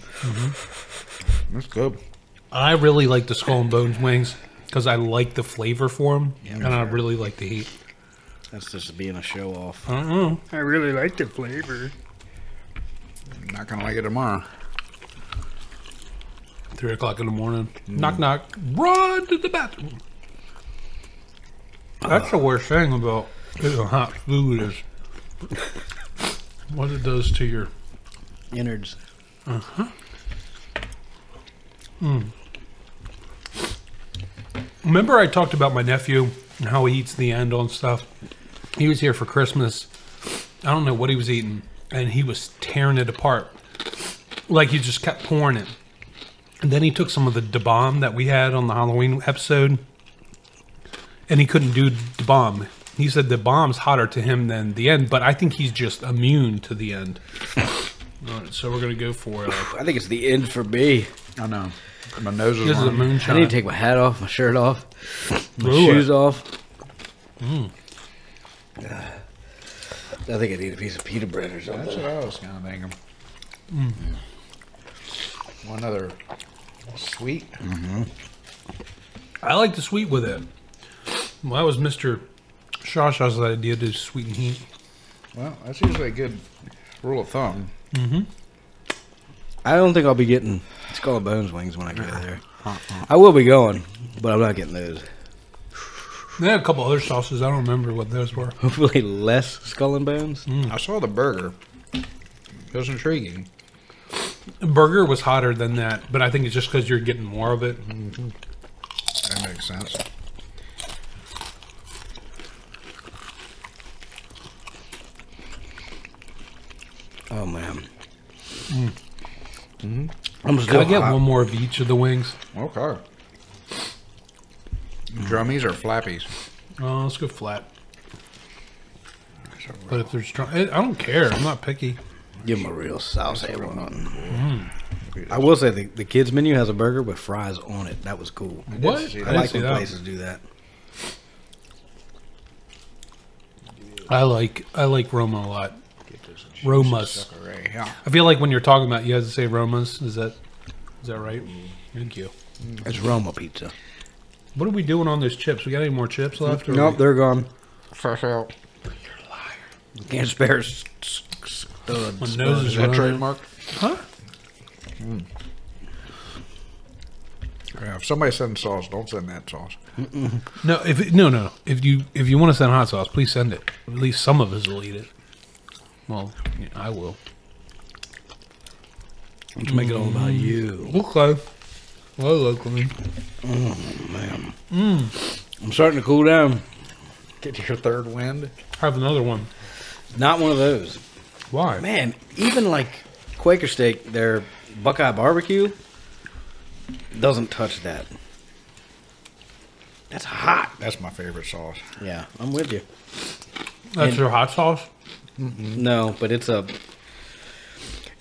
That's good. I really like the skull and bones wings because I like the flavor for them, and I really like the heat. That's just being a show off. Uh-uh. I really like the flavor. Not gonna like it tomorrow. Three o'clock in the morning. Knock knock. Run to the bathroom. That's the worst thing about eating hot food is what it does to your. Innards. Remember, I talked about my nephew and how he eats the end on stuff. He was here for Christmas. I don't know what he was eating, and he was tearing it apart. Like he just kept pouring it. And then he took some of the da bomb that we had on the Halloween episode, and he couldn't do da bomb. He said the bomb's hotter to him than the end, but I think he's just immune to the end. All right, so we're gonna go for uh, it. I think it's the end for me. I know. My nose is, This is a warm. moonshot. I need to take my hat off, my shirt off, my Ooh. shoes off. Mm. I think I need a piece of pita bread or That's something. what I was gonna think of. Mm. One other sweet. I like the sweet with it. Well, that was Mr. Shawshaw's idea to sweeten heat. Well, that's usually a good rule of thumb. I don't think I'll be getting skull Uh-uh. and bones wings when I get there. I will be going, but I'm not getting those. They had a couple other sauces. I don't remember what those were. Hopefully less skull and bones. Mm. I saw the burger. It was intriguing. Burger was hotter than that, but I think it's just because you're getting more of it. That makes sense. Oh man. Mhm. Can I'm I still Mm. get hot. one more of each of the wings? Okay. Drummies or flappies? Oh, let's go flat. But if they're strong, I I don't care. I'm not picky. Give him a real saucy one. Mm. I will say the, the kids menu has a burger with fries on it. That was cool. What? see I, that. I, didn't like see when that. places do that. I like I like Roma a lot. Romas. All right, yeah. I feel like when you're talking about, it, you have to say Romas. Is that is that right? Mm-hmm. Thank you. It's Roma pizza. What are we doing on those chips? We got any more chips left? or Nope, we- they're gone. Fresh out. Can't spare s- s- studs. my nose Is is that running. trademark? Huh? Yeah, if somebody sends sauce, don't send that sauce. No, if it- no, no. If you if you want to send hot sauce, please send it. At least some of us will eat it. Well, yeah, I will. Let's make it all about you. Okay. Well, look, I mean, Mm. I'm starting to cool down. Get your third wind. have another one. Not one of those. Why? Man, even like Quaker Steak, their Buckeye barbecue doesn't touch that. That's hot. That's my favorite sauce. Yeah, I'm with you. That's your hot sauce. Mm-hmm. No, but it's a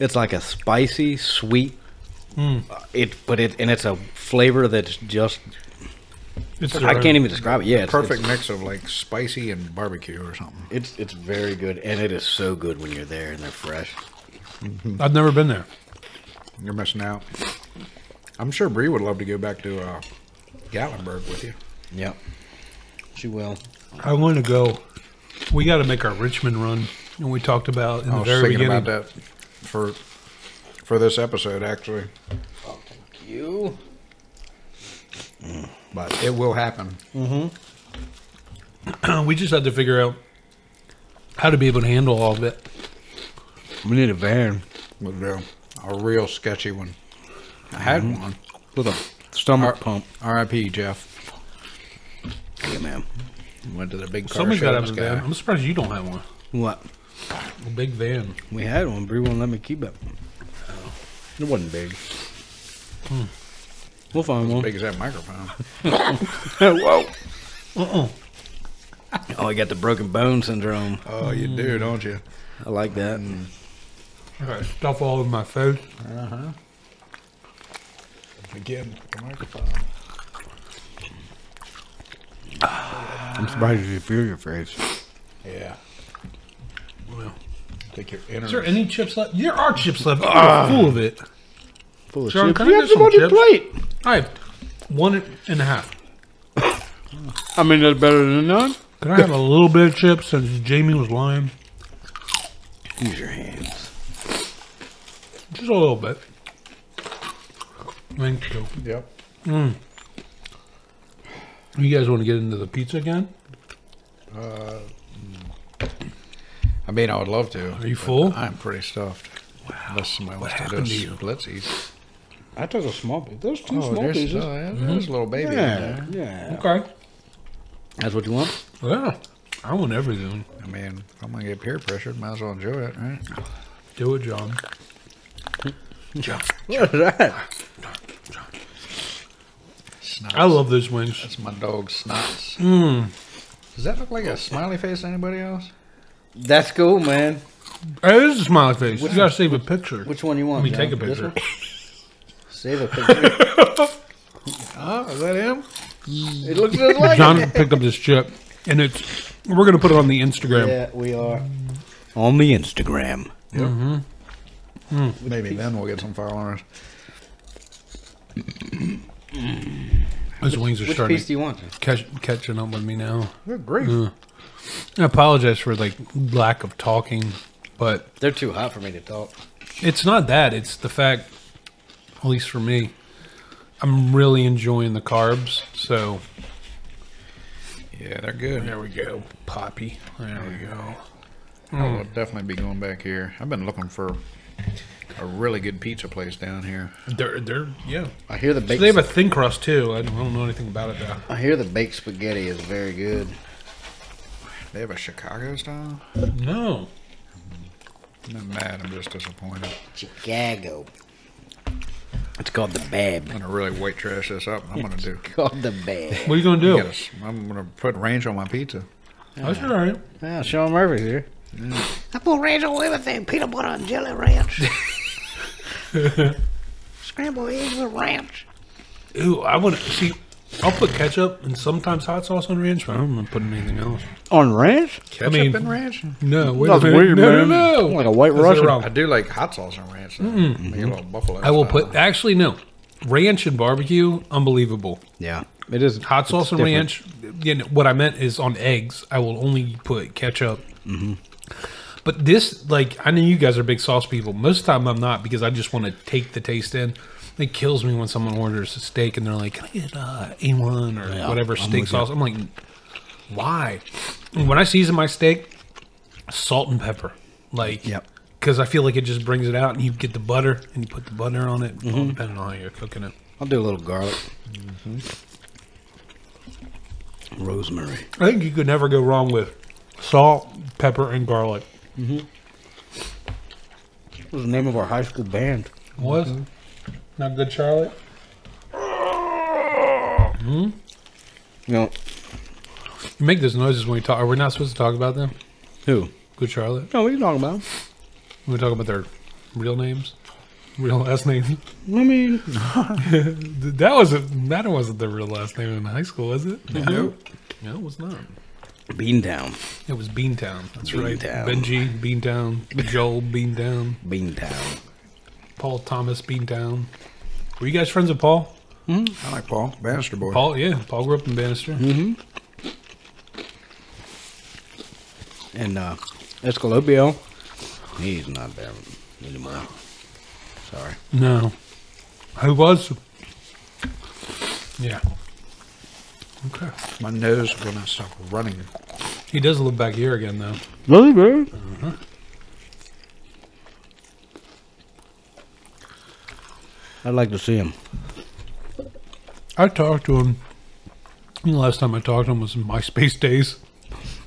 it's like a spicy sweet. uh, It but it and it's a flavor that's just It's I their- can't even describe it. Yeah, it's, Perfect mix of like spicy and barbecue or something. It's, it's it's very good and it is so good when you're there and they're fresh. I've never been there. You're missing out. I'm sure Bree would love to go back to uh, Gatlinburg with you. Yep, she will. I want to go. We got to make our Richmond run, and we talked about in I the was very thinking beginning. about that for for this episode actually, You but it will happen. we just had to figure out how to be able to handle all of it. we need a van We'll do a real sketchy one. I had Mm-hmm. one. with a stomach pump. R.I.P. Jeff. Yeah, man. Went to the big car Somebody's show. got to have this a guy. van. I'm surprised you don't have one. What? A big van. We had one. Bree won't let me keep it. It wasn't big. Hmm. We'll find one. Big as that microphone. Whoa. Oh, I got the broken bone syndrome. Oh, you Mm. do, don't you? I like that. I got stuff all over my face. Again, the microphone. I'm surprised you feel your face. Yeah. Well, Take your inner. is there any chips left? There are chips left. I'm full of it. Full of Sean, chips. can I You get have some some on your chips? plate. I have one and a half. I mean, that's better than none. Can I have a little bit of chips since Jamie was lying? Use your hands. Just a little bit. Thank you. Yep. You guys want to get into the pizza again? I mean, I would love to. Are you but full? I'm pretty stuffed. Wow. Unless somebody wants to do happened to you? Let's eat. I took a small piece. There's two Oh, there's, uh, there's a little baby. in Yeah, there. yeah. Okay. That's what you want? Yeah. I want everything. I mean, if I'm gonna get peer pressured. Might as well enjoy it, right? Do it, John. John. What is that? Snots. I love Hmm. those wings. That's my dog snots. Does that look like a smiley face to anybody else? That's cool, man. Hey, this is a smiley face. You gotta save a picture. Which one you want? Let me John? take a This picture. one? Save a picture. Uh, Oh, is that him? it looks just like it. John picked up this chip, and it's we're gonna put it on the Instagram. Yeah, we are. On the Instagram. Maybe then we'll get some followers. Those wings are Which starting piece do you want? John? catch, catching up with me now. They're great. I apologize for like lack of talking, but They're too hot for me to talk. it's not that. It's the fact, at least for me, I'm really enjoying the carbs. So Yeah, they're good. There we go. Poppy. There we go. Hmm. I will definitely be going back here. I've been looking for a really good pizza place down here. They're, they're yeah. I hear the So baked. they have a thin crust too. I don't, I don't know anything about it though. I hear the baked spaghetti is very good. They have a Chicago style. No. I'm not mad. I'm just disappointed. Chicago. It's called the Bab. I'm gonna really white trash this up. I'm gonna do. Called the Bab. What are you gonna do? Yes, I'm gonna put ranch on my pizza. That's all right. yeah, Sean Murphy's here. I put ranch on everything: peanut butter and jelly ranch, scrambled eggs with ranch. Ooh, I want to see. I'll put ketchup and sometimes hot sauce on ranch, but I'm not putting anything else. On ranch? Ketchup mean- and ranch. No, wait That's a minute. weird, no, man. no, no. Like a white That's Russian. wrong. I do like hot sauce and ranch. though. Make a little buffalo. Oh. I will style. put. Actually, no. Ranch and barbecue, unbelievable. Yeah, it is Hot it's sauce and different. ranch. You know, what I meant is on eggs. I will only put ketchup. Mm-hmm. But this, like, I know you guys are big sauce people. Most of the time, I'm not because I just want to take the taste in. It kills me when someone orders a steak and they're like, "Can I get uh, A1 or whatever steak sauce?" I'm like, "Why?" And when I season my steak, salt and pepper, like, Yep. because I feel like it just brings it out. And you get the butter and you put the butter on it, all Mm-hmm. depending on how you're cooking it. I'll do a little garlic. Mm-hmm. Rosemary. I think you could never go wrong with salt, pepper, and garlic. What was the name of our high school band? Was not good, Charlotte. No. You make those noises when we talk. Are we not supposed to talk about them? Who? Good Charlotte. No, what are you talking about? We talk about their real names, real last names. I mean, Th- That wasn't that wasn't the real last name in high school, was it? No, no, it was not. Beantown. It was Beantown. That's right. Beantown. Benji Beantown, Joel Beantown, Beantown. Paul Thomas Beantown. Were you guys friends with Paul? I like Paul Bannister boy. Paul, yeah. Paul grew up in Bannister. And uh, Escalobio. He's not there anymore. Sorry. No. I was. Yeah. Okay. My nose will not stop running. He does live back here again, though. Really, bro? I'd like to see him. I talked to him. The last time I talked to him was in MySpace days.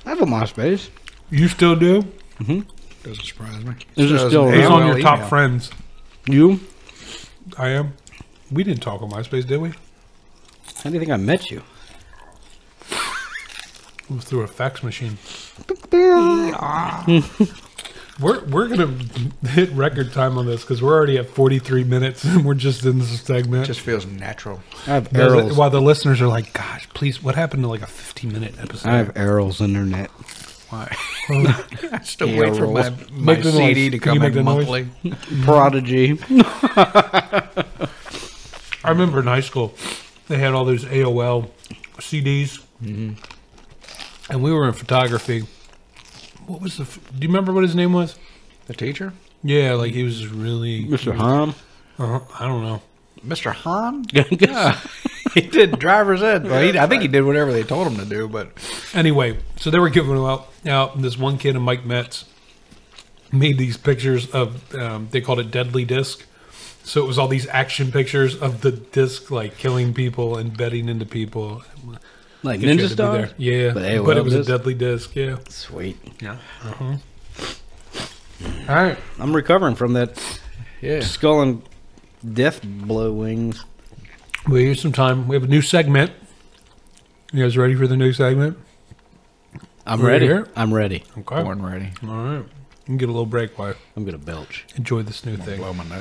I have a MySpace. You still do? Doesn't surprise me. Is it Doesn't- still He's around? on AOL your top email. friends. You? I am. We didn't talk on MySpace, did we? It How do you think I met you? was through a fax machine. We're we're gonna hit record time on this because we're already at 43 minutes and we're just in this segment. Just feels natural. I have Does it- arrows. while the listeners are like, "Gosh, please, what happened to like a 15 minute episode?" I have arrows internet. Why? I still wait for my, my Make the CD noise. to Can you come make in the noise? monthly. Mm-hmm. Prodigy. I remember in high school, they had all those AOL CDs, and we were in photography. What was the? f- Do you remember what his name was? The teacher, Yeah, like he was really. Mr. Hom. Uh, I don't know. Mr. Hahn. yeah. he did driver's ed. Well, he, I think he did whatever they told him to do, but Anyway, so they were giving them out. Now this one kid and Mike Metz made these pictures of. Um, they called it Deadly Disc. So it was all these action pictures of the disc, like killing people and betting into people. Like Get you to Ninja be Star? there. yeah. But But, AOL it was disc? a deadly disc, yeah. Sweet. All right. I'm recovering from that yeah. skull and death blow wings. We have some time. We have a new segment. You guys ready for the new segment? I'm We're ready. here? I'm ready. Okay. All Born ready. right. You can get a little break while I I'm gonna belch. enjoy this new thing. Blow my nose.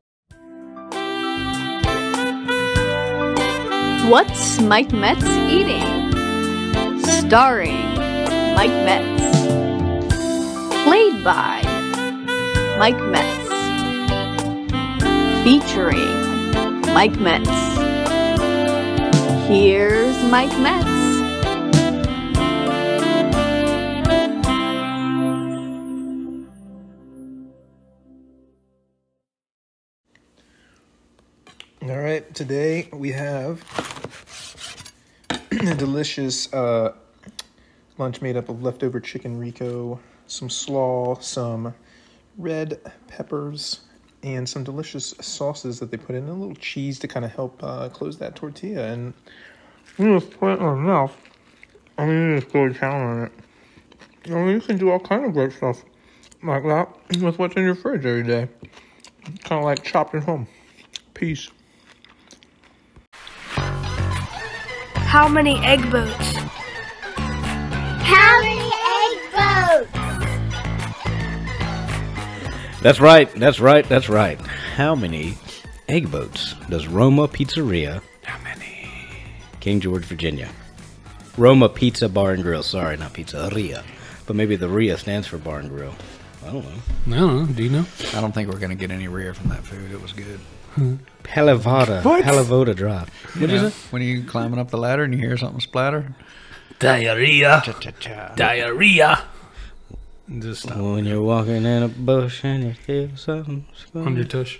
What's Mike Metz Eating? Starring Mike Metz. Played by Mike Metz. Featuring Mike Metz. Here's Mike Metz. All right, today we have a delicious uh, lunch made up of leftover chicken rico, some slaw, some red peppers, and some delicious sauces that they put in, and a little cheese to kind of help uh, close that tortilla. And you just put it in my mouth. I mean, you just go to town on it. I mean, you can do all kind of great stuff like that with what's in your fridge every day. Kind of like chopped at home. Peace. How many egg boats? How many egg boats? That's right. That's right. That's right. How many egg boats does Roma Pizzeria? How many? King George, Virginia. Roma Pizza Bar and Grill. Sorry, not pizzeria, but maybe the Ria stands for Bar and Grill. I don't know. I don't know. Do you know? I don't think we're gonna get any rear from that food. It was good. Palavada. Palavoda Drive. What is it? When you climbing up the ladder and you hear something splatter, Diarrhea. cha-cha. Diarrhea. Just stop. When you're walking in a bush and you feel something On your squish. tush.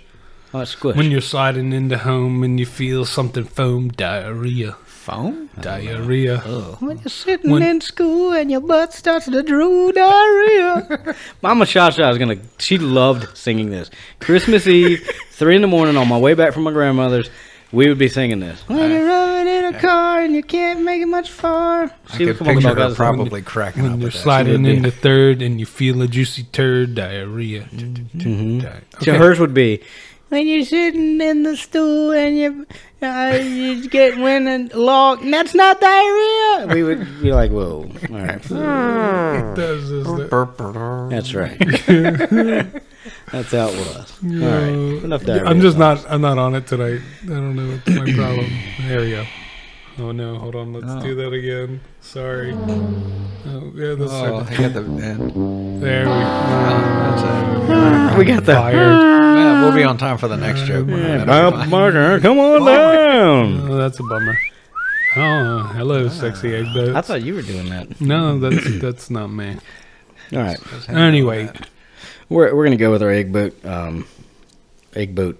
Oh, it's squish. When you're sliding into home and you feel something foam, diarrhea. foam. Diarrhea. Oh. When you're sitting When- in school and your butt starts to drool diarrhea. Mama Sha Sha is gonna. She loved singing this. Christmas Eve, three in the morning, on my way back from my grandmother's, we would be singing this. When you're rolling in a car and you can't make it much far. I She could would come up with all picture her kinds of probably cracking When up you're with that. sliding would be- into third and you feel a juicy turd, diarrhea. Di- So Okay. hers would be. When you're sitting in the stool and you uh, you get when a log, and that's not diarrhea. We would be like, whoa, all right. That was just the- That's right. That's how it was. All right. Enough diarrhea. I'm just not. I'm not on it tonight. I don't know what's my problem. There we go. Oh no! Hold on. Let's Oh. do that again. Sorry. Oh yeah, that's Oh, I got the. and- there. We that's it. We got the fired. Yeah, we'll be on time for the next joke. That'll be Bob fine. Barker, come on down. Oh, that's a bummer. Oh, Ah. hello, sexy egg boats. I thought you were doing that. no, that's that's not me. All right, Anyway, we're we're gonna go with our egg boat, um, egg boat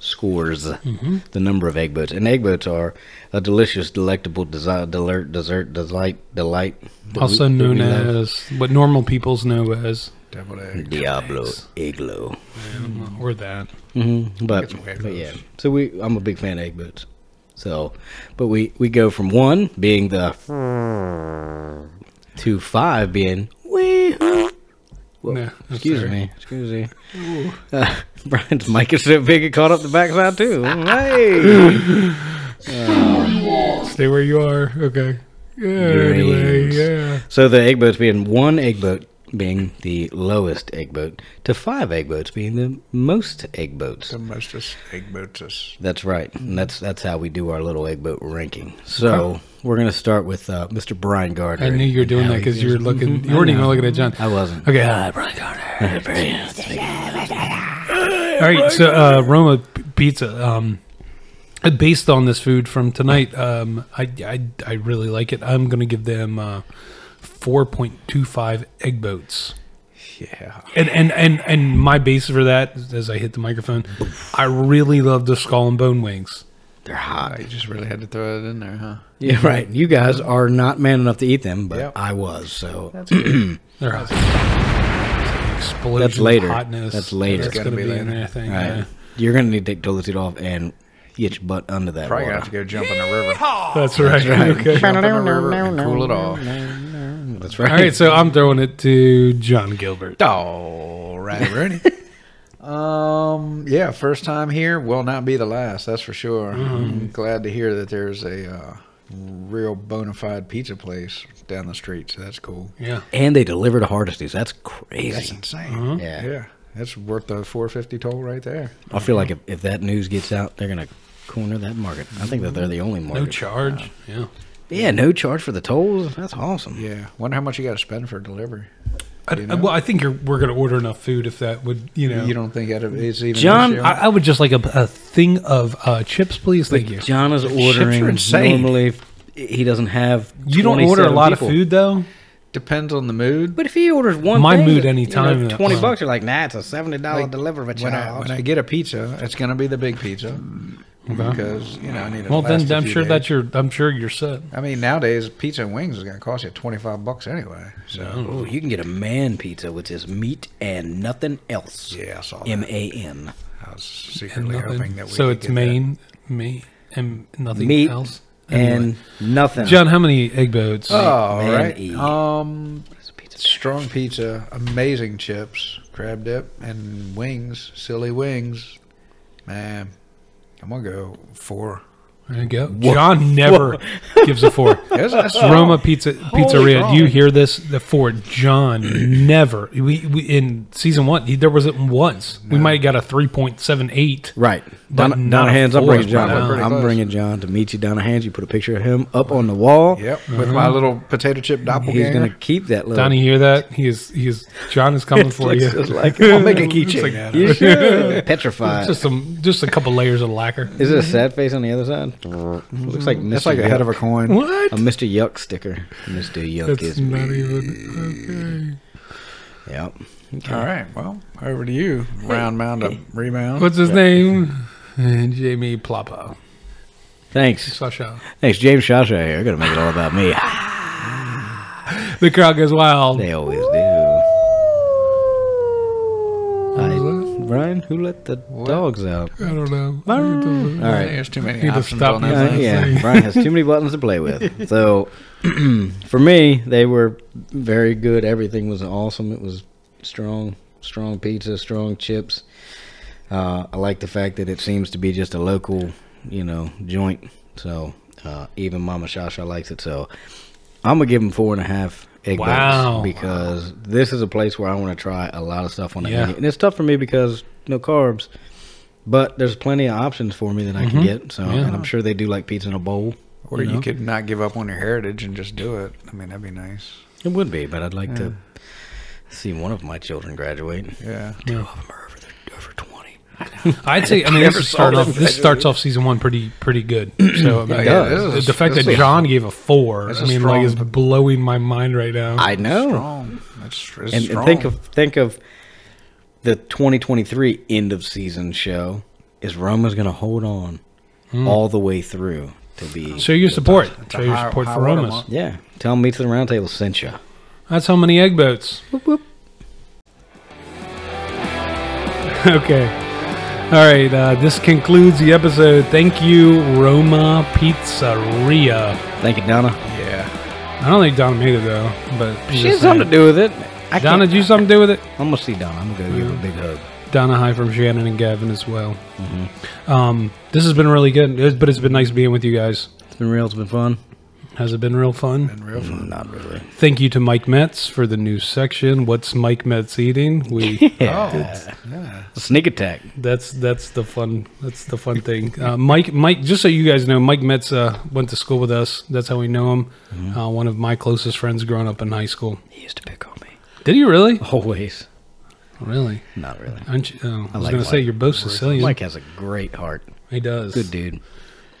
scores. Mm-hmm. The number of egg boats and egg boats are a delicious, delectable desi dessert, dessert, delight, delight. that also we- that known we love. as what normal people's know as, Double egg. Diablo Iglo. Mm, or that. Mm-hmm. But, some weird but ones. yeah, so we I'm a big fan of egg boots. So, but we we go from one being the to five being wee. Yeah, that's Excuse all right. me, excuse me. Uh, Brian's mic is so big it caught up the backside too. Hey, Stay where you are. Okay. Yeah. Anyway, Dreams. yeah. so the egg boats being one egg boat being the lowest egg boat to five egg boats being the most egg boats. The mostest egg boatus. That's right. And that's that's how we do our little egg boat ranking. So we're gonna start with uh, Mr. Brian Gardner. I knew you were doing that because you were looking. You weren't even looking at John. I wasn't. Okay. Hi, Brian All right. So uh, Roma p- Pizza. Um, uh, based on this food from tonight, um, I, I I really like it. I'm gonna give them uh, 4.25 egg boats. Yeah. And, and and and my basis for that, is as I hit the microphone, I really love the skull and bone wings. They're hot. I Oh, just really had to throw it in there, huh? Yeah, right. You guys are not man enough to eat them, but Yep. I was. So that's, They're hot. It's an Explosion of later. Hotness. That's later. That's gonna, Gotta be, in be later. there. I think. All right. You're gonna need to take toilet seat off and get your butt under that Probably water. gonna have to go jump in the river. yeah. That's right. Okay. Jump in the river and cool it off. That's All right, so I'm throwing it to John Gilbert. All right, Rooney. um, yeah, first time here will not be the last. That's for sure. I'm glad to hear that there's a uh, real bona fide pizza place down the street. So that's cool. Yeah. And they deliver to Hardesties. That's That's crazy. insane. Mm-hmm. Yeah. Yeah, that's worth the 450 toll right there. I feel like if, if that news gets out, they're gonna corner that market. I think that they're the only market. No charge. Yeah. Yeah, no charge for the tolls. That's awesome. Yeah, wonder how much you got to spend for delivery. I, You know? Well, I think you're, we're going to order enough food if that would, you know. You don't think that it's even an John, issue? I, I would just like a, a thing of uh, chips, please. Thank you. John is chips are ordering insane. normally. f- He doesn't have. You don't order a 27 lot people. of food, though. depends on the mood. but if he orders one, My thing, mood uh, you any know, time in that Twenty time. bucks, you're like, nah, it's a seventy dollar delivery When I, charge. when I get a pizza, it's gonna be the big pizza. Okay. because you know I need. To Mm-hmm. Well, then last a I'm few sure days. that you're. I'm sure you're set. I mean, nowadays pizza and wings is going to cost you twenty five bucks anyway. So Oh, you can get a man pizza, which is meat and nothing else. yeah, I saw that. M A N. I was And secretly nothing. hoping that we. so could it's get that. main, me, and nothing Meat else. Anyway. and nothing. John, how many egg boats? Oh, all Man right. E. eat. Um, strong pizza, amazing chips, crab dip, and wings. Silly wings, man. I'm gonna go four. there you go. John never gives a four. That's, that's Roma Pizza Pizzeria. cow. You hear this? The four. John never. We, we in season one. he- There wasn't once. We might have got a three point seven eight. Right. But Don- not a Donahan's, I'm four, bringing John. probably up. pretty I'm close. bringing John to meet you, Donahan's. You put a picture of him up on the wall. Yep, with my little potato chip doppelganger. Uh-huh. He's going to keep that little. Donnie, you hear that? He is. He is. John is coming for you. looks just like- I'll make a keychain out of You should. Petrified. just some. Just a couple layers of lacquer. Is it a sad face on the other side? Looks Mm-hmm. like Mr. That's like a head of a Yuck. coin. What? A Mr. Yuck sticker. Mr. Yuck That's is not me. even. Yep. All right. Well, over to you. Round, mound, up, Okay. rebound. What's his name? Uh, Jamie Plapa. Thanks. Sasha. Thanks, James Shasha here. I gotta make it all about me. The crowd goes wild. They always do. I, Brian, who let the dogs out? I don't know. I don't know. All right. There's too many Need to options stop on me. that. Uh, Nice thing. yeah, Brian has too many buttons to play with. So for me, they were very good. Everything was awesome. It was strong, strong pizza, strong chips. Uh, I like the fact that it seems to be just a local, you know, joint. So uh, even Mama Shasha likes it. So I'm gonna give him four and a half egg boats Wow. because this is a place where I want to try a lot of stuff on the Yeah. menu, and it's tough for me because no carbs. But there's plenty of options for me that I can get. So Yeah. and I'm sure they do like pizza in a bowl. Or you, know? could not give up on your heritage and just do it. I mean, that'd be nice. It would be, but I'd like to see one of my children graduate. Yeah. I'm over, there, over 20. I'd say. I mean, this is saw start off. that This starts off season one pretty pretty good. So I mean, yeah, the- this is- the fact this that is- John gave a four, this I is mean, like, is strong. blowing my mind right now. I know. Strong. That's, that's And, strong. and think of think of the 2023 end of season show is Roma's going to hold on all the way through to be. Show your support. Show your high- support high for water Romas. mark. yeah, tell them meet to the roundtable sent you. That's how many egg boats. okay. All right. Uh, this concludes the episode. Thank you, Roma Pizzeria. Thank you, Donna. Yeah. I don't think Donna made it though, but I'm just She had something saying. to do with it. I Donna, can't- did you have something to do with it? I'm gonna see Donna. I'm gonna go give her a big hug. Donna High from Shannon and Gavin as well. Mm-hmm. Um, this has been really good, it's- but it's been nice being with you guys. It's been real. It's been fun. Has it been real fun? Real fun. Not really. Thank you to Mike Metz for the new section. What's Mike Metz eating? We Yeah. Sneak attack. that's that's the fun that's the fun thing. Uh, Mike Mike, just so you guys know, Mike Metz uh, went to school with us. That's how we know him. Mm-hmm. Uh, one of my closest friends growing up in high school. He used to pick on me. Did he really? Always. Really? Not really. Aren't you, oh, I, was like going to say Mike. you're both Sicilian. Mike has a great heart. he does. Good dude.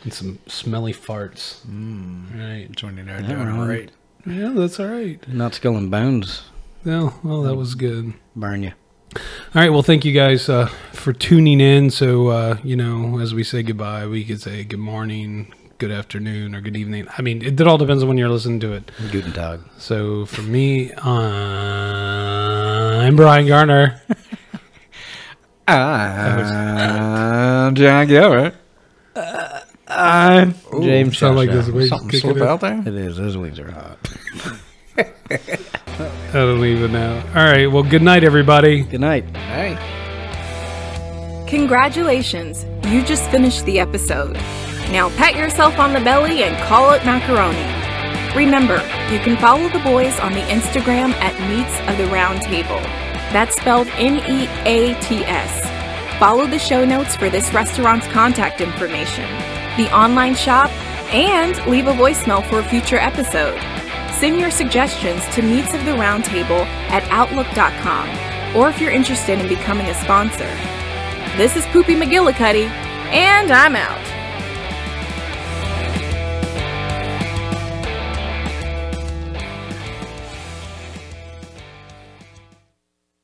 And some smelly farts. Mm. Right. That's when you know you're doing wrong. great. Yeah, that's all right. Not skull and bones. No, well, that was good. Burn you. All right, well, thank you guys uh, for tuning in. So, uh, you know, as we say goodbye, we could say good morning, good afternoon, or good evening. I mean, it, it all depends on when you're listening to it. Guten Tag. So, for me, I'm Brian Garner. Uh, I'm John Gilbert. I'm James. Sound like Shasha. this wig Something kicking slip in. out there? It is. Those wings are hot. I don't even know. All right, well, good night, everybody. Good night. Hey. Congratulations, you just finished the episode. Now pat yourself on the belly and call it macaroni. Remember, you can follow the boys on the Instagram at Meets of the Round Table. That's spelled N E A T S. Follow the show notes for this restaurant's contact information, the online shop, and leave a voicemail for a future episode. Send your suggestions to Meets of the Roundtable at Outlook.com, or if you're interested in becoming a sponsor. This is Poopy McGillicuddy, and I'm out.